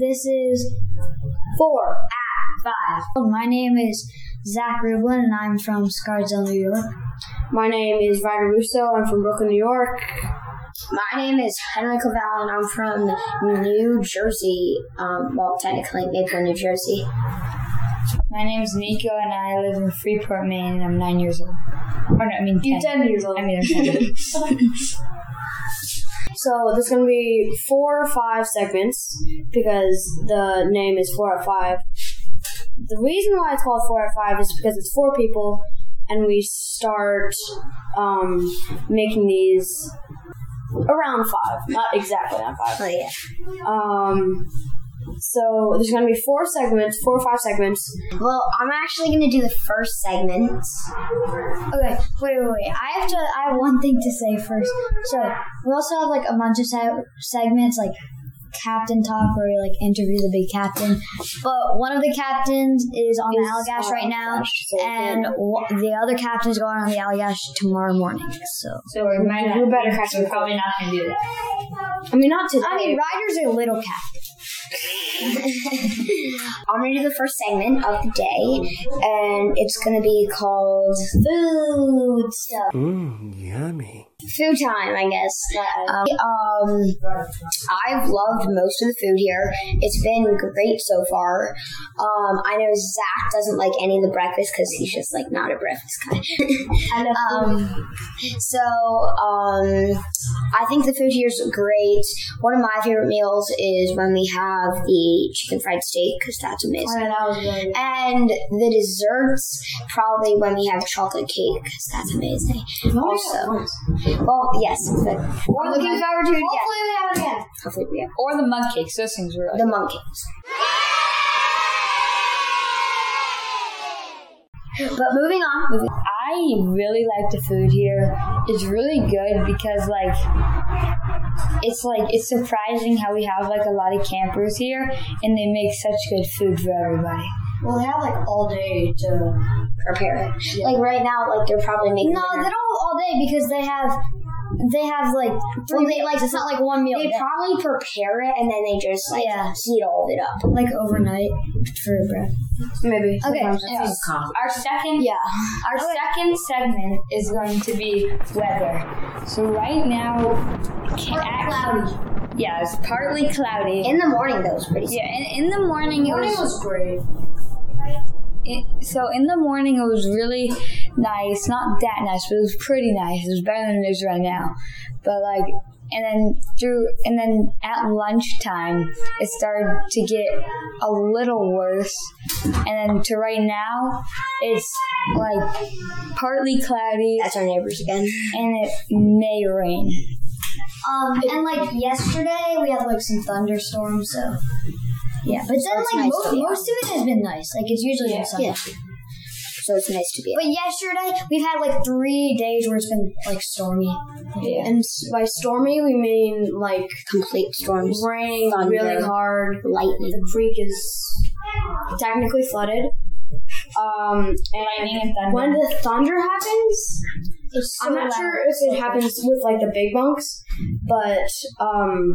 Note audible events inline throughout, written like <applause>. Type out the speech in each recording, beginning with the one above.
is four at five. My name is Zach Rublin, and I'm from Scarsdale, New York. My name is Ryder Russo. I'm from Brooklyn, New York. My name is Henry Cavell, and I'm from New Jersey. Um, well, technically, Maple, New Jersey. My name is Nico, and I live in Freeport, Maine, and I'm nine years old. Or no, I mean You're 10 years old. I mean, I'm <laughs> 10. So there's going to be four or five segments because the name is four at five. The reason why it's called four at five is because it's four people, and we start um, making these around five, not exactly at five. Oh, yeah. Um, so there's going to be four segments, four or five segments. Well, I'm actually going to do the first segment. Okay, wait, wait, wait. I have to. I have one thing to say first. So we also have like a bunch of se- segments, like captain talk, where we like interview the big captain. But one of the captains is on the Is, Allagash uh, right now, Allagash, so- and wa- the other captain is going on the Allagash tomorrow morning. So So we might not. You better catch We're me. probably not going to do that. I mean, not today. I mean, Ryder's a little captain. <laughs> I'm going to do the first segment of the day, and it's going to be called food stuff. Mmm, yummy. Food time, I guess. Um, um, I've loved most of the food here. It's been great so far. Um, I know Zach doesn't like any of the breakfast because he's just like not a breakfast guy. <laughs> I love Um, so um, I think the food here is great. One of my favorite meals is when we have the chicken fried steak because that's Oh, amazing. yeah, that was really good. And the desserts, probably when we have chocolate cake because that's amazing. Oh, Also, well, yes, but we're looking forward to it. Yeah, Hopefully we have it again. hopefully we have Or the mud cakes. Those things were the like. monkeys. But moving on, moving I really like the food here. It's really good because like it's like it's surprising how we have like a lot of campers here and they make such good food for everybody. Well, we have like all day to. prepare it. Like right now, like they're probably making. No, they dinner. don't all day because they have they have like three. Well, they, like it's not like one meal. They probably prepare it and then they just like Yeah. heat all of it up. like overnight for breakfast. Maybe. Okay. Sometimes. Our second Yeah. Our second segment is going to be weather. So right now, ca- actually, yeah, it's partly cloudy. In the morning, though, it's pretty. yeah, in, in the morning it Morning was. was great. It, so in the morning it was really nice, not that nice, but it was pretty nice. It was better than it is right now, but like. And then through, and then at lunchtime, it started to get a little worse. And then to right now, it's like partly cloudy, That's our neighbors again. and it may rain. Um, and like yesterday, we had like some thunderstorms, so yeah. But then it's like nice to most, be most of it has been nice. Like it's usually been sunny. Yeah. So it's nice to be. But yesterday, we've had like three days where it's been like stormy. And s- by stormy, we mean like Complete storms, raining Thunder. really hard. lightning. The creek is technically flooded. Um, and Lightning and thunder. when the thunder happens, It's so I'm not loud. sure if it happens with like the big bunks, but um,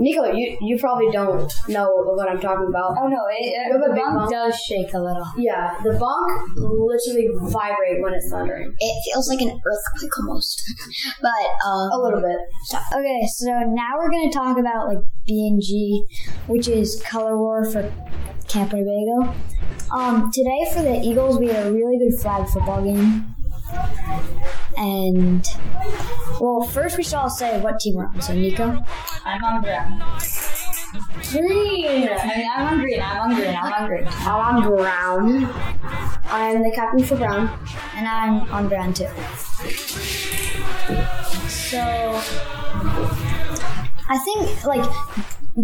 Nico, you you probably don't know what I'm talking about. oh no, it, You uh, have a the big bunk bump? does shake a little. Yeah, the bunk literally vibrate when it's thundering It feels like an earthquake <laughs> almost, but um, a little bit. Okay, so now we're gonna talk about like B and G, which is color war for Camp Winnebago. Um, today for the Eagles, we had a really good flag football game, and well, first we should all say what team we're on. So Nico, I'm on brown. Green. I mean, I'm on green. I'm on green. I'm on green. I'm on brown. I am the captain for brown. and I'm on brown too. So I think like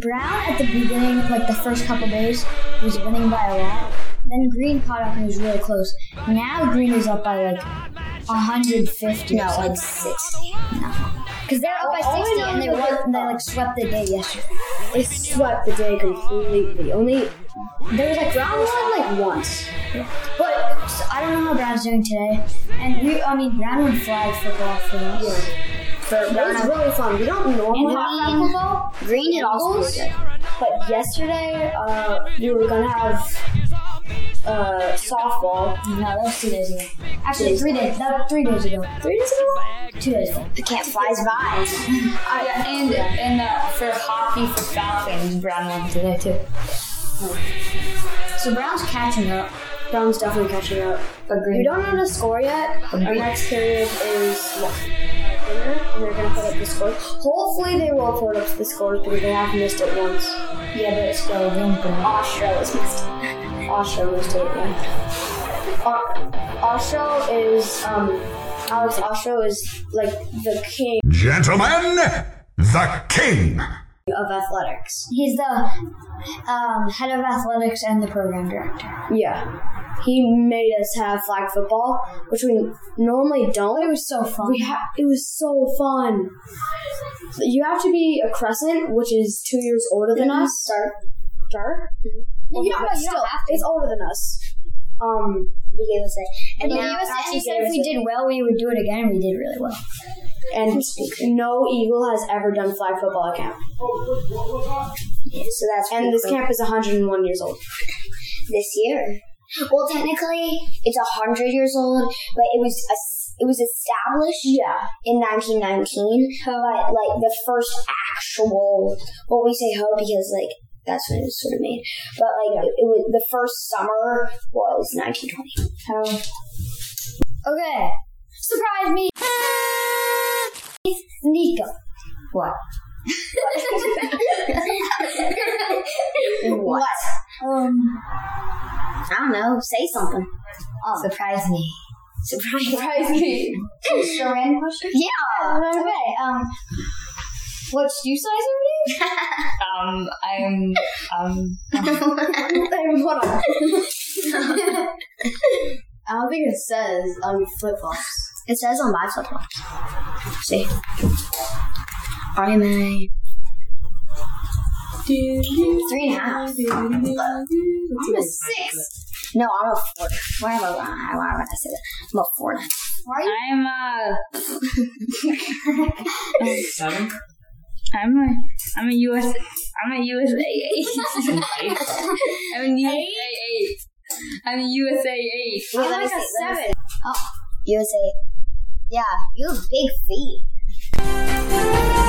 Brown at the beginning, like the first couple days, was winning by a lot. Then Green caught up and was really close. Now Green is up by like 150. no, like six. because they're up by All I 60 know and they is that won. They they're like swept the day yesterday. They swept the day completely. Only There was like brown won like once. But so I don't know how Brown's doing today. And we, I mean, Brown won flag football for us. It was really fun. We don't normally Green, green did also. Eagles? But yesterday, uh, we were gonna have uh, softball. No, that was two days ago. Actually, three days. That was three days ago. Three days ago? Two days ago. The cat flies by. <laughs> yeah, and and uh, for hockey for Falcons, Brown won today too. Hmm. So Brown's catching up. Brown's definitely catching up. Agreed. We don't know the score yet. Our next period is what? Dinner, and they're gonna put up the score. Hopefully, they will put up the scores because they have missed it once. Yeah, but it's still Brown. Australis missed it. Austro missed it. Yeah. Uh, Austro is um, Alex Austro is like the king Gentlemen, the king. of athletics. He's the um, head of athletics and the program director. Yeah. He made us have flag football, which we normally don't. It was so fun. We ha- it was so fun. You have to be a crescent, which is two years older than Mm-hmm. us. Dark, dark. you don't- but you don't still, have to. It's older than us. Um, He gave us a. and And he, now, was, and he actually said gave if us we a- did well, we would do it again, and we did really well. and no eagle has ever done flag football at camp. so that's pretty And this cool. camp is 101 years old. this year. Well, technically, it's a hundred years old, but it was a, it was established Yeah. in 1919. But like the first actual, well, we say ho because like that's when it was sort of made. But like it, it was the first summer was 1920. Okay. Surprise me. Nico. <laughs> What? What? Um. I don't know. Say something. Surprise me. Surprise! Your random question? Yeah. Okay. Um. What's you size Um, I'm um Hold on. I don't think it says um flip flops. It says on my flip flop. See. I'm a three and a half. I'm a six. No, I'm a four. Why am I? Why, why would I say that? I'm a four. I'm a uh, I'm a I'm a US I'm a USA eight. I'm a USA eight. I'm a USA eight. Wait, I'm like a seven. You would say, yeah, you have big feet. of